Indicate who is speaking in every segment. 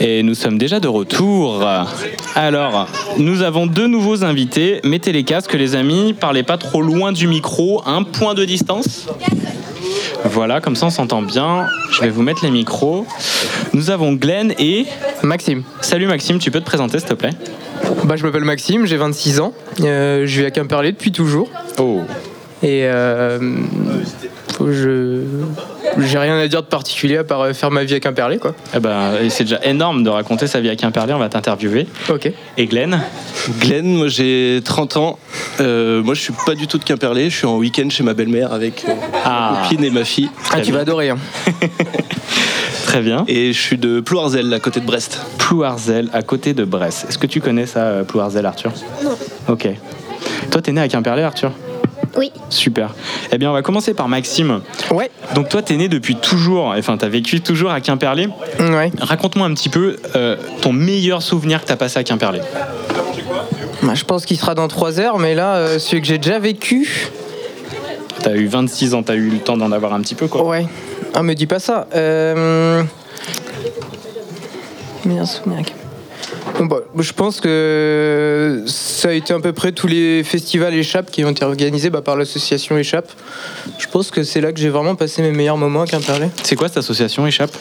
Speaker 1: Et nous sommes déjà de retour. Alors, nous avons deux nouveaux invités. Mettez les casques, les amis. Parlez pas trop loin du micro. Un point de distance. Voilà, comme ça on s'entend bien. Je vais vous mettre les micros. Nous avons Glenn et.
Speaker 2: Maxime.
Speaker 1: Salut Maxime, tu peux te présenter s'il te plaît
Speaker 2: Bah, je m'appelle Maxime, j'ai 26 ans. Euh, je vis à Quimperlé depuis toujours.
Speaker 1: Oh.
Speaker 2: Et euh, faut- je. J'ai rien à dire de particulier à part euh, faire ma vie à Quimperlé, quoi.
Speaker 1: Eh ben, c'est déjà énorme de raconter sa vie à Quimperlé, on va t'interviewer.
Speaker 2: Ok.
Speaker 1: Et Glenn
Speaker 3: Glenn, moi j'ai 30 ans. Euh, moi je suis pas du tout de Quimperlé, je suis en week-end chez ma belle-mère avec euh,
Speaker 1: Ah.
Speaker 3: ma copine et ma fille.
Speaker 2: Ah, tu vas adorer. hein.
Speaker 1: Très bien. Et
Speaker 3: Et je suis de Plouarzel, à côté de Brest.
Speaker 1: Plouarzel, à côté de Brest. Est-ce que tu connais ça, euh, Plouarzel, Arthur Non. Ok. Toi, t'es né à Quimperlé, Arthur
Speaker 4: Oui,
Speaker 1: Super. Eh bien, on va commencer par Maxime.
Speaker 2: Ouais.
Speaker 1: Donc, toi, t'es né depuis toujours, enfin, t'as vécu toujours à Quimperlé.
Speaker 2: Ouais.
Speaker 1: Raconte-moi un petit peu euh, ton meilleur souvenir que t'as passé à Quimperlé.
Speaker 2: Bah, je pense qu'il sera dans 3 heures, mais là, euh, celui que j'ai déjà vécu.
Speaker 1: T'as eu 26 ans, t'as eu le temps d'en avoir un petit peu, quoi.
Speaker 2: Ouais. Ah, me dis pas ça. Euh... Meilleur souvenir. Bon, bah, je pense que ça a été à peu près tous les festivals échappes qui ont été organisés bah, par l'association Échappe. Je pense que c'est là que j'ai vraiment passé mes meilleurs moments à Quimperlé.
Speaker 1: C'est quoi cette association, Échappe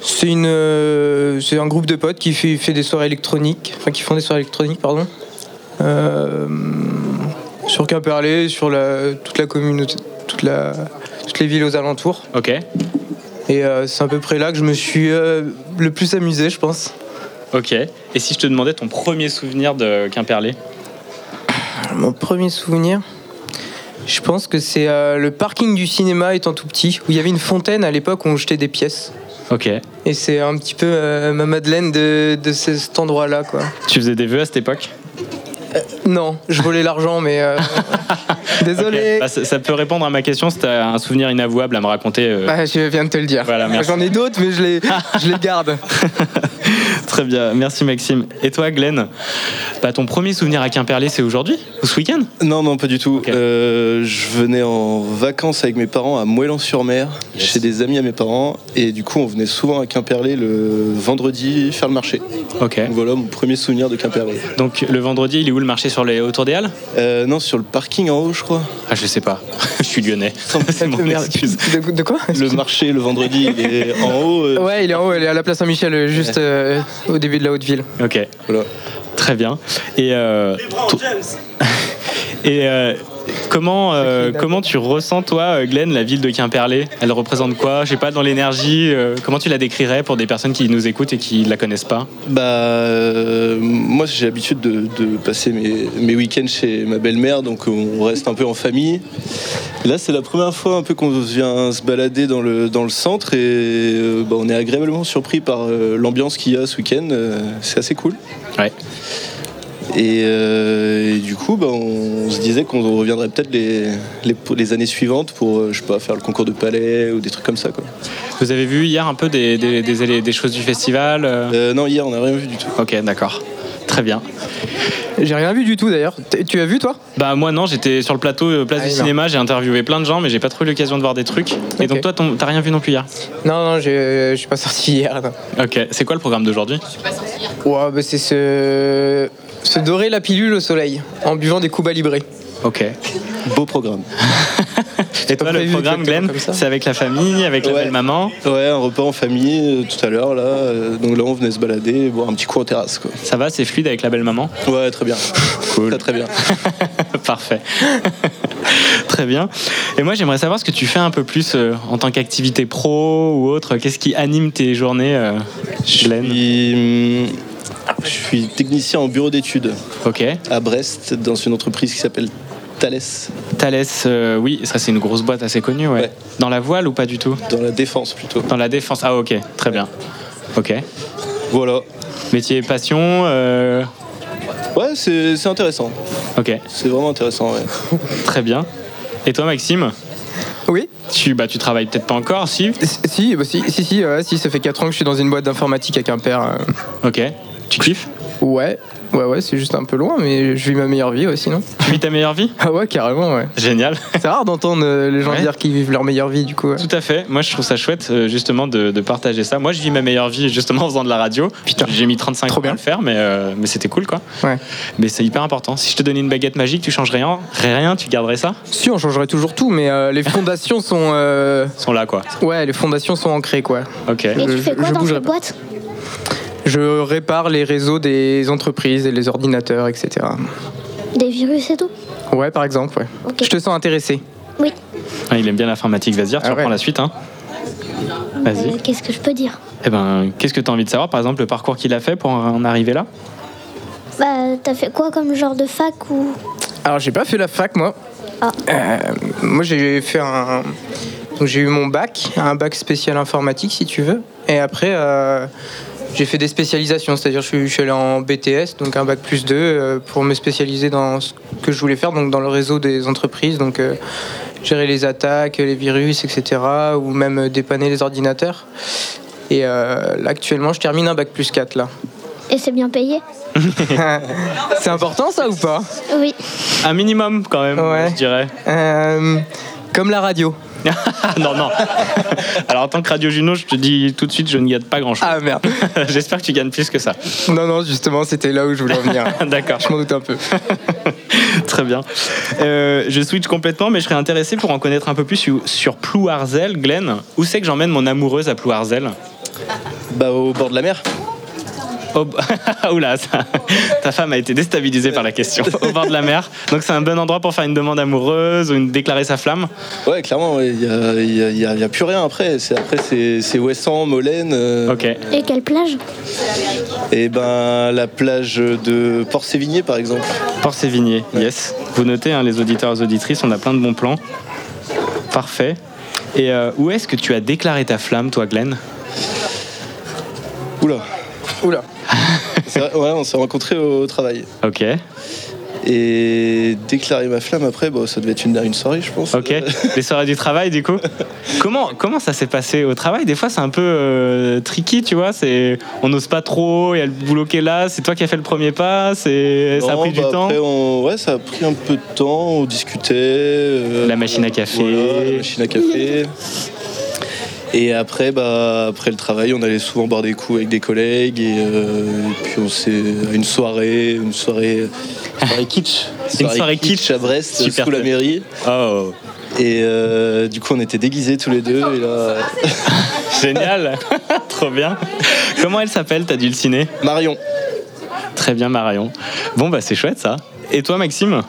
Speaker 2: C'est une, euh, c'est un groupe de potes qui fait, fait des soirées électroniques, enfin qui font des soirées électroniques, pardon. Euh, sur Quimperlé, sur la, toute la communauté, toute la, toutes les villes aux alentours.
Speaker 1: Ok.
Speaker 2: Et euh, c'est à peu près là que je me suis euh, le plus amusé, je pense.
Speaker 1: Ok. Et si je te demandais ton premier souvenir de Quimperlé
Speaker 2: Mon premier souvenir, je pense que c'est euh, le parking du cinéma étant tout petit, où il y avait une fontaine à l'époque où on jetait des pièces.
Speaker 1: Ok.
Speaker 2: Et c'est un petit peu euh, ma Madeleine de, de ce- cet endroit-là, quoi.
Speaker 1: Tu faisais des vœux à cette époque
Speaker 2: Non, je volais l'argent, mais. euh, Désolé.
Speaker 1: Ok. Bah, ça, ça peut répondre à ma question si t'as un souvenir inavouable à me raconter. euh.
Speaker 2: Ouais, Bah, je viens de te le dire.
Speaker 1: Voilà, merci.
Speaker 2: J'en ai d'autres, mais je les, je les garde.
Speaker 1: Très bien, merci Maxime. Et toi, Glenn bah, Ton premier souvenir à Quimperlé, c'est aujourd'hui Ou ce week-end
Speaker 3: Non, non, pas du tout.
Speaker 1: Ok.
Speaker 3: Euh, je venais en vacances avec mes parents à Moëlan-sur-Mer,
Speaker 1: Yes.
Speaker 3: chez des amis à mes parents. Et du coup, on venait souvent à Quimperlé le vendredi faire le marché.
Speaker 1: Ok.
Speaker 3: Donc Voilà mon premier souvenir de Quimperlé.
Speaker 1: Donc le vendredi, il est où le marché sur les autour des Halles
Speaker 3: Euh, non, sur le parking en haut, je crois.
Speaker 1: Ah, je sais pas. je suis lyonnais. c'est mon
Speaker 2: Merde.
Speaker 1: excuse.
Speaker 2: De, de quoi
Speaker 3: Le marché le vendredi, il est en haut. euh,
Speaker 2: Ouais, il est en haut, il est à la place Saint-Michel, euh, juste euh, au début de la haute ville.
Speaker 1: Ok,
Speaker 3: voilà.
Speaker 1: très bien. Et. euh, to- Et. euh, Comment, euh,
Speaker 2: C'est qui, là
Speaker 1: comment tu ressens, toi, euh, Glenn, la ville de Quimperlé Elle représente quoi Je sais pas, dans l'énergie euh, Comment tu la décrirais pour des personnes qui nous écoutent et qui la connaissent pas
Speaker 3: Bah, euh, moi j'ai l'habitude de, de passer mes, mes week-ends chez ma belle-mère, donc on reste un peu en famille. Et là, c'est la première fois un peu qu'on vient se balader dans le, dans le centre et euh, bah, on est agréablement surpris par euh, l'ambiance qu'il y a ce week-end. euh, c'est assez cool.
Speaker 1: Ouais.
Speaker 3: Et, euh, et du coup, bah, on se disait qu'on reviendrait peut-être les, les, les années suivantes pour, euh, je sais pas, faire le concours de palais ou des trucs comme ça. Quoi.
Speaker 1: Vous avez vu hier un peu des, des, des- des choses du festival euh
Speaker 3: Euh, non, hier, on n'a rien vu du tout.
Speaker 1: Ok, d'accord. Très bien.
Speaker 2: J'ai rien vu du tout d'ailleurs. T- Tu as vu toi
Speaker 1: Bah moi non, j'étais sur le plateau euh, Place
Speaker 2: Ah
Speaker 1: du
Speaker 2: oui, non.
Speaker 1: Cinéma, j'ai interviewé plein de gens, mais j'ai pas trop eu l'occasion de voir des trucs. Et donc
Speaker 2: Ok.
Speaker 1: toi, ton- t'as rien vu non plus hier
Speaker 2: Non, non, je je suis pas sorti hier. non.
Speaker 1: Ok, c'est quoi le programme d'aujourd'hui
Speaker 2: Ouais, bah, c'est se... se dorer la pilule au soleil en buvant des coups librés.
Speaker 1: Ok.
Speaker 3: Beau programme.
Speaker 1: Et toi,
Speaker 2: pas
Speaker 1: le
Speaker 2: prévu
Speaker 1: programme,
Speaker 2: exactement
Speaker 1: Glenn,
Speaker 2: comme ça.
Speaker 1: c'est avec la famille, avec la
Speaker 3: Ouais.
Speaker 1: belle-maman
Speaker 3: Ouais, un repas en famille euh, tout à l'heure là. euh, donc là, on venait se balader, boire un petit coup en terrasse quoi.
Speaker 1: Ça va, c'est fluide avec la belle-maman
Speaker 3: Ouais, très bien.
Speaker 1: Cool.
Speaker 3: Très très bien.
Speaker 1: Parfait. Très bien. Et moi, j'aimerais savoir ce que tu fais un peu plus euh, en tant qu'activité pro ou autre. Qu'est-ce qui anime tes journées, euh,
Speaker 3: Je
Speaker 1: Glenn
Speaker 3: suis, hum, je suis technicien en bureau d'études
Speaker 1: Ok.
Speaker 3: à Brest dans une entreprise qui s'appelle Thales,
Speaker 1: Thales, euh, oui, ça c'est une grosse boîte assez connue, ouais.
Speaker 3: Ouais.
Speaker 1: Dans la voile ou pas du tout
Speaker 3: dans la défense plutôt.
Speaker 1: Dans la défense Ah ok, très bien. Ok.
Speaker 3: Voilà.
Speaker 1: Métier passion, euh,
Speaker 3: Ouais, c'est c'est intéressant.
Speaker 1: ok,
Speaker 3: C'est vraiment intéressant. Ouais.
Speaker 1: très bien. Et toi Maxime
Speaker 2: Oui
Speaker 1: tu, bah, tu travailles peut-être pas encore, si
Speaker 2: euh. Si, bah, si, si, si, ouais, si, ça fait 4 ans que je suis dans une boîte d'informatique avec un père.
Speaker 1: Ok. Tu kiffes
Speaker 2: Ouais, ouais, ouais, c'est juste un peu loin, mais je vis ma meilleure vie, ouais, sinon.
Speaker 1: Tu vis ta meilleure vie
Speaker 2: Ah ouais, carrément, ouais.
Speaker 1: Génial.
Speaker 2: C'est rare d'entendre euh, les gens
Speaker 1: Ouais.
Speaker 2: dire qu'ils vivent leur meilleure vie, du coup. ouais.
Speaker 1: Tout à fait. Moi, je trouve ça chouette, euh, justement, de, de partager ça. Moi, je vis ma meilleure vie, justement, en faisant de la radio.
Speaker 2: Putain.
Speaker 1: J'ai mis 35
Speaker 2: Trop
Speaker 1: ans à
Speaker 2: bien.
Speaker 1: le faire, mais, euh, mais c'était cool, quoi.
Speaker 2: Ouais.
Speaker 1: Mais c'est hyper important. Si je te donnais une baguette magique, tu changerais rien, rien tu garderais ça
Speaker 2: Si, on changerait toujours tout, mais euh, les fondations sont. euh,
Speaker 1: Ils sont là, quoi.
Speaker 2: Ouais, les fondations sont ancrées, quoi.
Speaker 1: Ok.
Speaker 4: Et tu
Speaker 2: Je-
Speaker 4: fais quoi
Speaker 2: je
Speaker 4: dans
Speaker 2: bougerai
Speaker 4: cette
Speaker 2: pas.
Speaker 4: boîte
Speaker 2: Je répare les réseaux des entreprises et les ordinateurs, etc.
Speaker 4: Des virus et tout
Speaker 2: Ouais, par exemple, ouais.
Speaker 4: Ok.
Speaker 2: Je te sens intéressé.
Speaker 4: Oui.
Speaker 1: Ah, il aime bien l'informatique. Vas-y, tu
Speaker 2: Ah ouais.
Speaker 1: reprends la suite, hein. Vas-y.
Speaker 4: Euh, Qu'est-ce que je peux dire
Speaker 1: Eh ben, qu'est-ce que tu as envie de savoir Par exemple, le parcours qu'il a fait pour en arriver là
Speaker 4: Bah, t'as fait quoi comme genre de fac ou
Speaker 2: Alors, j'ai pas fait la fac, moi.
Speaker 4: Ah.
Speaker 2: Euh, moi, j'ai fait un. donc, j'ai eu mon bac, un bac spécial informatique, si tu veux. Et après, euh, j'ai fait des spécialisations, c'est-à-dire je suis, je suis allé en BTS, donc un bac plus 2, euh, pour me spécialiser dans ce que je voulais faire, donc dans le réseau des entreprises, donc euh, gérer les attaques, les virus, etc., ou même euh, dépanner les ordinateurs. Et euh, là, actuellement, je termine un bac plus 4, là.
Speaker 4: Et c'est bien payé
Speaker 2: C'est important, ça, ou pas
Speaker 4: Oui.
Speaker 1: Un minimum, quand même,
Speaker 2: Ouais.
Speaker 1: je dirais. Ah,
Speaker 2: Euh, Comme la radio.
Speaker 1: non, non. Alors, en tant que Radio Juno, je te dis tout de suite, je ne gagne pas grand-chose.
Speaker 2: Ah, merde
Speaker 1: J'espère que tu gagnes plus que ça.
Speaker 2: Non, non, justement, c'était là où je voulais en venir.
Speaker 1: D'accord.
Speaker 2: Je m'en doute un peu.
Speaker 1: Très bien. Euh, je switch complètement, mais je serais intéressé pour en connaître un peu plus sur, sur Plouarzel, Glenn. Où c'est que j'emmène mon amoureuse à Plouarzel
Speaker 3: Bah, au bord de la mer.
Speaker 1: Au- Oula, ça- ta femme a été déstabilisée par la question. Au bord de la mer. Donc c'est un bon endroit pour faire une demande amoureuse ou une déclarer sa flamme.
Speaker 3: Ouais, clairement, il n'y a, y a- y a- y a plus rien après. C'est- Après, c'est c'est Ouessant, Molène. euh,
Speaker 1: Ok.
Speaker 4: Et quelle plage
Speaker 3: Et ben, la plage de Port-Sévigné, par exemple.
Speaker 1: Port Sévigné, yes. Vous notez, hein, les auditeurs et auditrices, on a plein de bons plans. Parfait. Et euh, où est-ce que tu as déclaré ta flamme, toi, Glenn
Speaker 3: Oula.
Speaker 2: Oula.
Speaker 3: C'est vrai, ouais, on s'est rencontrés au travail.
Speaker 1: Ok.
Speaker 3: Et déclarer ma flamme après, bon, ça devait être une, une soirée, je pense.
Speaker 1: Ok, les soirées du travail du coup. Comment, comment ça s'est passé au travail Des fois c'est un peu euh, tricky, tu vois, c'est on n'ose pas trop, il y a le boulot qui est là, c'est toi qui as fait le premier pas, c'est ça a
Speaker 3: Non,
Speaker 1: pris du
Speaker 3: bah,
Speaker 1: temps.
Speaker 3: après, on- Ouais, ça a pris un peu de temps, on discutait. euh,
Speaker 1: La machine à café.
Speaker 3: voilà, la machine à café. Et après, bah, après le travail, on allait souvent boire des coups avec des collègues. Et, euh, et puis on s'est. à une soirée, une soirée. une soirée kitsch.
Speaker 1: Une soirée kitsch.
Speaker 3: à Brest,
Speaker 1: Super
Speaker 3: sous la
Speaker 1: thème.
Speaker 3: mairie.
Speaker 1: Oh,
Speaker 3: Et euh, du coup, on était déguisés tous les deux. Et là,
Speaker 1: génial, trop bien. Comment elle s'appelle ta dulcinée
Speaker 3: Marion.
Speaker 1: Très bien Marion. Bon bah c'est chouette ça. Et toi Maxime,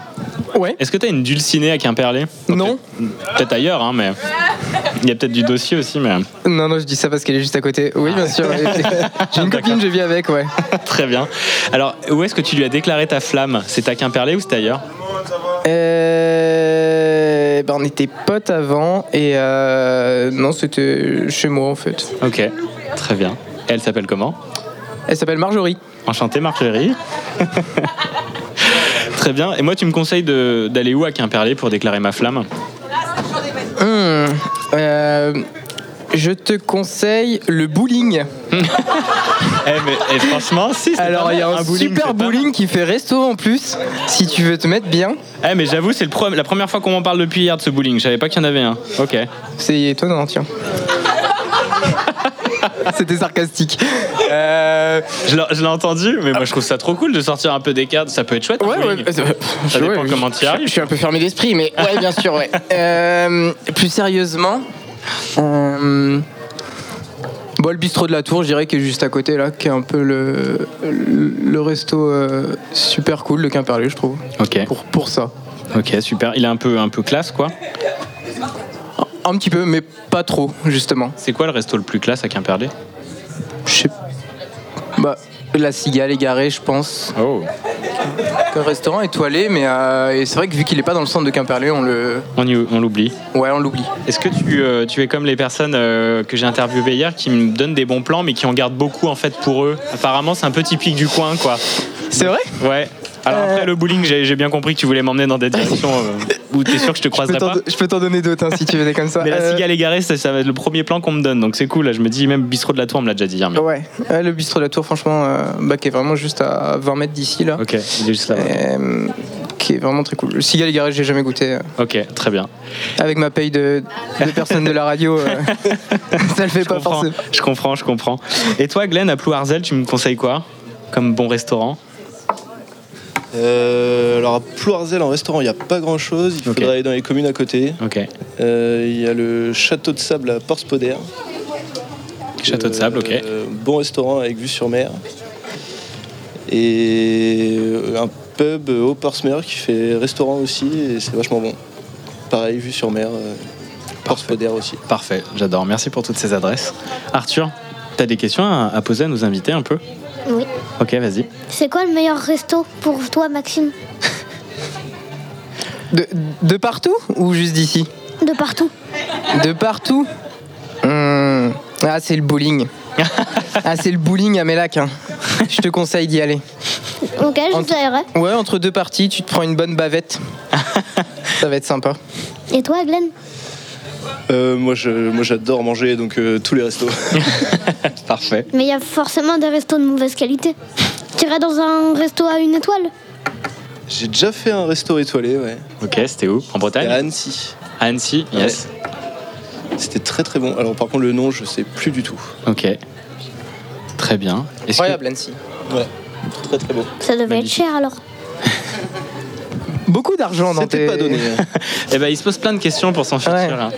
Speaker 2: Ouais.
Speaker 1: est-ce que t'as une dulcinée à Quimperlé
Speaker 2: Non.
Speaker 1: Peut-être ailleurs, hein, mais il y a peut-être du dossier aussi, mais
Speaker 2: Non, non, je dis ça parce qu'elle est juste à côté. Oui, bien sûr. J'ai une copine, je vis avec, ouais.
Speaker 1: très bien. Alors où est-ce que tu lui as déclaré ta flamme C'est à Quimperlé ou c'est ailleurs
Speaker 2: Euh... Ben, on était potes avant et euh... non, c'était chez moi en fait.
Speaker 1: Ok, très bien. Elle s'appelle comment
Speaker 2: Elle s'appelle Marjorie.
Speaker 1: Enchantée Marjorie. très bien. Et moi, tu me conseilles de- d'aller où à Quimperlé pour déclarer ma flamme
Speaker 2: Hmm. Euh, Je te conseille le bowling.
Speaker 1: Eh, mais- et franchement, si. c'est pas
Speaker 2: Alors,
Speaker 1: mal.
Speaker 2: il y a un,
Speaker 1: bowling, c'est
Speaker 2: super
Speaker 1: pas mal.
Speaker 2: bowling qui fait resto en plus. Si tu veux te mettre bien,
Speaker 1: Eh, mais j'avoue, c'est le pre- la première fois qu'on m'en parle depuis hier de ce bowling. Je savais pas qu'il y en avait un. Ok.
Speaker 2: c'est étonnant, tiens. C'était sarcastique. Euh...
Speaker 1: Je l'ai- je l'ai entendu, mais moi, je trouve ça trop cool de sortir un peu des cadres. Ça peut être chouette. un
Speaker 2: Ouais, ouais,
Speaker 1: bowling.
Speaker 2: bah, ça-
Speaker 1: Ça
Speaker 2: ouais,
Speaker 1: dépend
Speaker 2: oui.
Speaker 1: comment tu y
Speaker 2: Je-
Speaker 1: arrives.
Speaker 2: Je suis un peu fermé d'esprit, mais ouais, bien sûr, ouais. Euh, plus sérieusement, euh, bon, le bistrot de la Tour, je dirais, qui est juste à côté, là, qui est un peu le, le, le resto euh, super cool de Quimperlé, je trouve.
Speaker 1: Ok.
Speaker 2: Pour, pour ça.
Speaker 1: Ok, super. Il est un peu, un peu classe, quoi.
Speaker 2: Un petit peu, mais pas trop, justement.
Speaker 1: C'est quoi le resto le plus classe à Quimperlé
Speaker 2: Je sais. Bah, la cigale égarée, je pense.
Speaker 1: Oh.
Speaker 2: Un euh, restaurant étoilé, mais euh, et c'est vrai que vu qu'il est pas dans le centre de Quimperlé, on le.
Speaker 1: On, y- on l'oublie.
Speaker 2: Ouais, on l'oublie.
Speaker 1: Est-ce que tu, euh, tu es comme les personnes euh, que j'ai interviewées hier qui me donnent des bons plans mais qui en gardent beaucoup en fait pour eux Apparemment c'est un peu typique du coin quoi.
Speaker 2: C'est vrai
Speaker 1: Ouais. Alors après le bowling j'ai j'ai bien compris que tu voulais m'emmener dans des directions euh, ou t'es sûr que je te
Speaker 2: Je
Speaker 1: croiserai
Speaker 2: peux t'en-
Speaker 1: pas
Speaker 2: Je peux t'en donner d'autres hein, si tu veux des comme ça.
Speaker 1: mais la
Speaker 2: Euh,
Speaker 1: cigale égarée, ça, ça va être le premier plan qu'on me donne, donc c'est cool. Là, je me dis, même bistrot de la tour, on me l'a déjà dit hier. Mais...
Speaker 2: Euh, Ouais, Ouais, le bistrot de la tour, franchement, euh, bah, qui est vraiment juste à 20 mètres d'ici, là.
Speaker 1: Ok, il est juste là.
Speaker 2: Euh, qui est vraiment très cool. Le cigale garage, j'ai jamais goûté. euh,
Speaker 1: Ok, très bien.
Speaker 2: avec ma paye de, de personne de la radio, euh, ça le fait
Speaker 1: Je
Speaker 2: pas
Speaker 1: comprends,
Speaker 2: forcément.
Speaker 1: je comprends, je comprends. Et toi, Glenn, à Plouarzel, tu me conseilles quoi comme bon restaurant
Speaker 3: Euh, alors à Ploirzel en restaurant, il n'y a pas grand chose. Il
Speaker 1: Ok.
Speaker 3: faudra aller dans les communes à côté.
Speaker 1: Ok.
Speaker 3: Euh, Il y a le château de sable à Porspoder.
Speaker 1: Château de sable, ok.
Speaker 3: Euh, bon restaurant avec vue sur mer. Et euh, un pub euh, au Portsmouth qui fait restaurant aussi et c'est vachement bon. Pareil, vue sur mer, euh, Porspoder aussi.
Speaker 1: Parfait, j'adore. Merci pour toutes ces adresses. Arthur, t'as des questions à, à poser à nos invités un peu
Speaker 4: Oui.
Speaker 1: Ok, vas-y.
Speaker 4: C'est quoi le meilleur resto pour toi, Maxime
Speaker 2: De, de partout ou juste d'ici
Speaker 4: De partout.
Speaker 2: De partout Hmm. Ah, c'est le bowling. ah, c'est le bowling à Mélac. hein. Je te conseille d'y aller.
Speaker 4: Ok, je
Speaker 2: En-
Speaker 4: t'aiderai.
Speaker 2: Ouais, entre deux parties, tu te prends une bonne bavette. ça va être sympa.
Speaker 4: Et toi, Glenn
Speaker 3: Euh, moi, je, moi j'adore manger donc euh, tous les restos.
Speaker 1: Parfait.
Speaker 4: Mais il y a forcément des restos de mauvaise qualité. Tu irais dans un resto à une étoile
Speaker 3: J'ai déjà fait un resto étoilé, ouais.
Speaker 1: Ok, c'était où En
Speaker 3: à
Speaker 1: Bretagne
Speaker 3: Annecy.
Speaker 1: À Annecy, yes.
Speaker 3: C'était très très bon. Alors par contre le nom je sais plus du tout.
Speaker 1: Ok. Très bien. Est-ce que-
Speaker 2: Incroyable, Annecy.
Speaker 3: Ouais. Très très beau.
Speaker 4: Ça devait
Speaker 1: Magnifique.
Speaker 4: être cher alors.
Speaker 2: Beaucoup d'argent dans
Speaker 3: C'était
Speaker 2: tes-
Speaker 3: pas donné. hein.
Speaker 1: Eh ben, il se pose plein de questions pour son futur.
Speaker 2: Ouais.
Speaker 1: hein.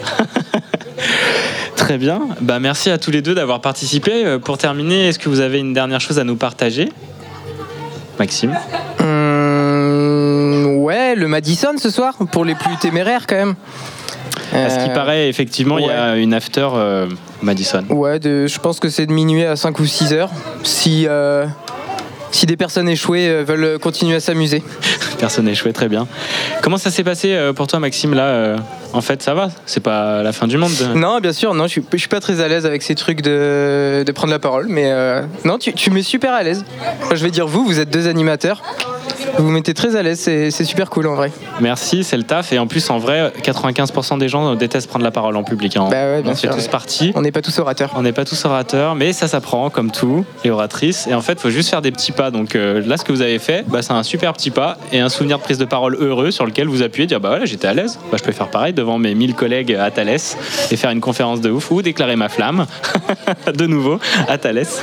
Speaker 1: Très bien. Bah, merci à tous les deux d'avoir participé. Euh, Pour terminer, est-ce que vous avez une dernière chose à nous partager Maxime
Speaker 2: Hmm, ouais, le Madison ce soir, pour les plus téméraires quand même.
Speaker 1: À ce qui
Speaker 2: Euh,
Speaker 1: paraît, effectivement, il y a une after euh, Madison.
Speaker 2: Ouais, de- je pense que c'est de minuit à 5 ou 6 heures. Si, euh, si des personnes échouées euh, veulent continuer à s'amuser.
Speaker 1: Personne n'est échoué, très bien. Comment ça s'est passé euh, pour toi, Maxime Là, euh, en fait, ça va. C'est pas la fin du monde.
Speaker 2: Non, bien sûr, non, je suis, je suis pas très à l'aise avec ces trucs de, de prendre la parole, mais euh, non, tu, tu mets super à l'aise. Moi, je vais dire vous, vous êtes deux animateurs. Vous vous mettez très à l'aise, c'est c'est super cool en vrai.
Speaker 1: Merci, c'est le taf. Et en plus, en vrai, 95% des gens détestent prendre la parole en public. hein.
Speaker 2: Bah ouais, bien
Speaker 1: On fait
Speaker 2: sûr.
Speaker 1: tous partie.
Speaker 2: On n'est pas tous orateurs.
Speaker 1: On n'est pas tous orateurs, mais ça s'apprend comme tout, et oratrice. Et en fait, il faut juste faire des petits pas. Donc euh, là, ce que vous avez fait, bah, c'est un super petit pas et un souvenir de prise de parole heureux sur lequel vous appuyez, dire bah voilà, j'étais à l'aise, bah, je peux faire pareil devant mes 1000 collègues à Thalès et faire une conférence de ouf ou déclarer ma flamme de nouveau à Thalès.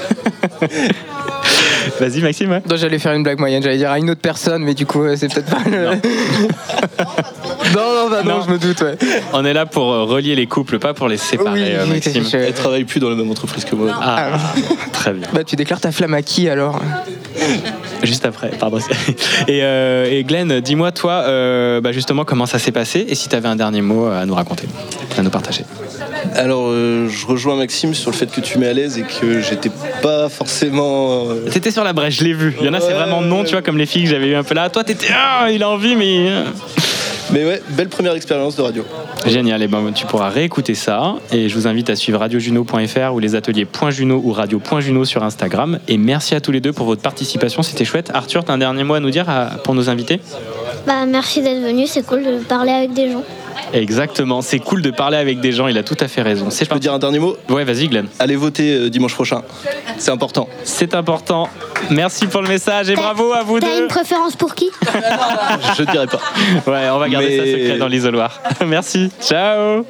Speaker 1: Vas-y, Maxime. ouais.
Speaker 2: Non, J'allais faire une blague moyenne, j'allais dire à une autre personne, mais du coup, euh, c'est peut-être pas le. non, non, bah non,
Speaker 1: Non.
Speaker 2: je me doute, ouais.
Speaker 1: On est là pour euh, relier les couples, pas pour les séparer,
Speaker 2: Oui,
Speaker 1: euh,
Speaker 2: oui,
Speaker 1: Maxime.
Speaker 2: je-
Speaker 3: Elle travaille plus dans la même entreprise que moi.
Speaker 1: Ah, très bien.
Speaker 2: Bah, tu déclares ta flamme à qui alors
Speaker 1: Juste après, pardon. Et, euh, et Glenn, dis-moi toi, euh, bah justement, comment ça s'est passé et si tu avais un dernier mot à nous raconter, à nous partager.
Speaker 3: Alors euh, je rejoins Maxime sur le fait que tu mets à l'aise et que j'étais pas forcément. euh,
Speaker 1: T'étais sur la brèche, je l'ai vu. Il y en a, c'est
Speaker 3: Ouais.
Speaker 1: vraiment non, tu vois, comme les filles que j'avais eu un peu là. Toi, t'étais, ah, il a envie, mais.
Speaker 3: Mais ouais, belle première expérience de radio.
Speaker 1: Génial, et ben tu pourras réécouter ça. Et je vous invite à suivre radiojuno.fr ou les ateliers .juno ou radio.juno sur Instagram. Et merci à tous les deux pour votre participation, c'était chouette. Arthur, t'as un dernier mot à nous dire à- pour nos invités
Speaker 4: Bah merci d'être venu, c'est cool de parler avec des gens.
Speaker 1: Exactement, c'est cool de parler avec des gens, il a tout à fait raison. C'est
Speaker 3: Je peux dire un dernier mot
Speaker 1: Ouais, vas-y, Glenn.
Speaker 3: Allez voter euh, dimanche prochain. C'est important.
Speaker 1: C'est important. Merci pour le message et bravo à vous
Speaker 4: T'as
Speaker 1: deux.
Speaker 4: une préférence pour qui
Speaker 3: Je dirais pas.
Speaker 1: Ouais, on va garder ça
Speaker 3: Mais-
Speaker 1: secret dans l'isoloir. Merci. Ciao.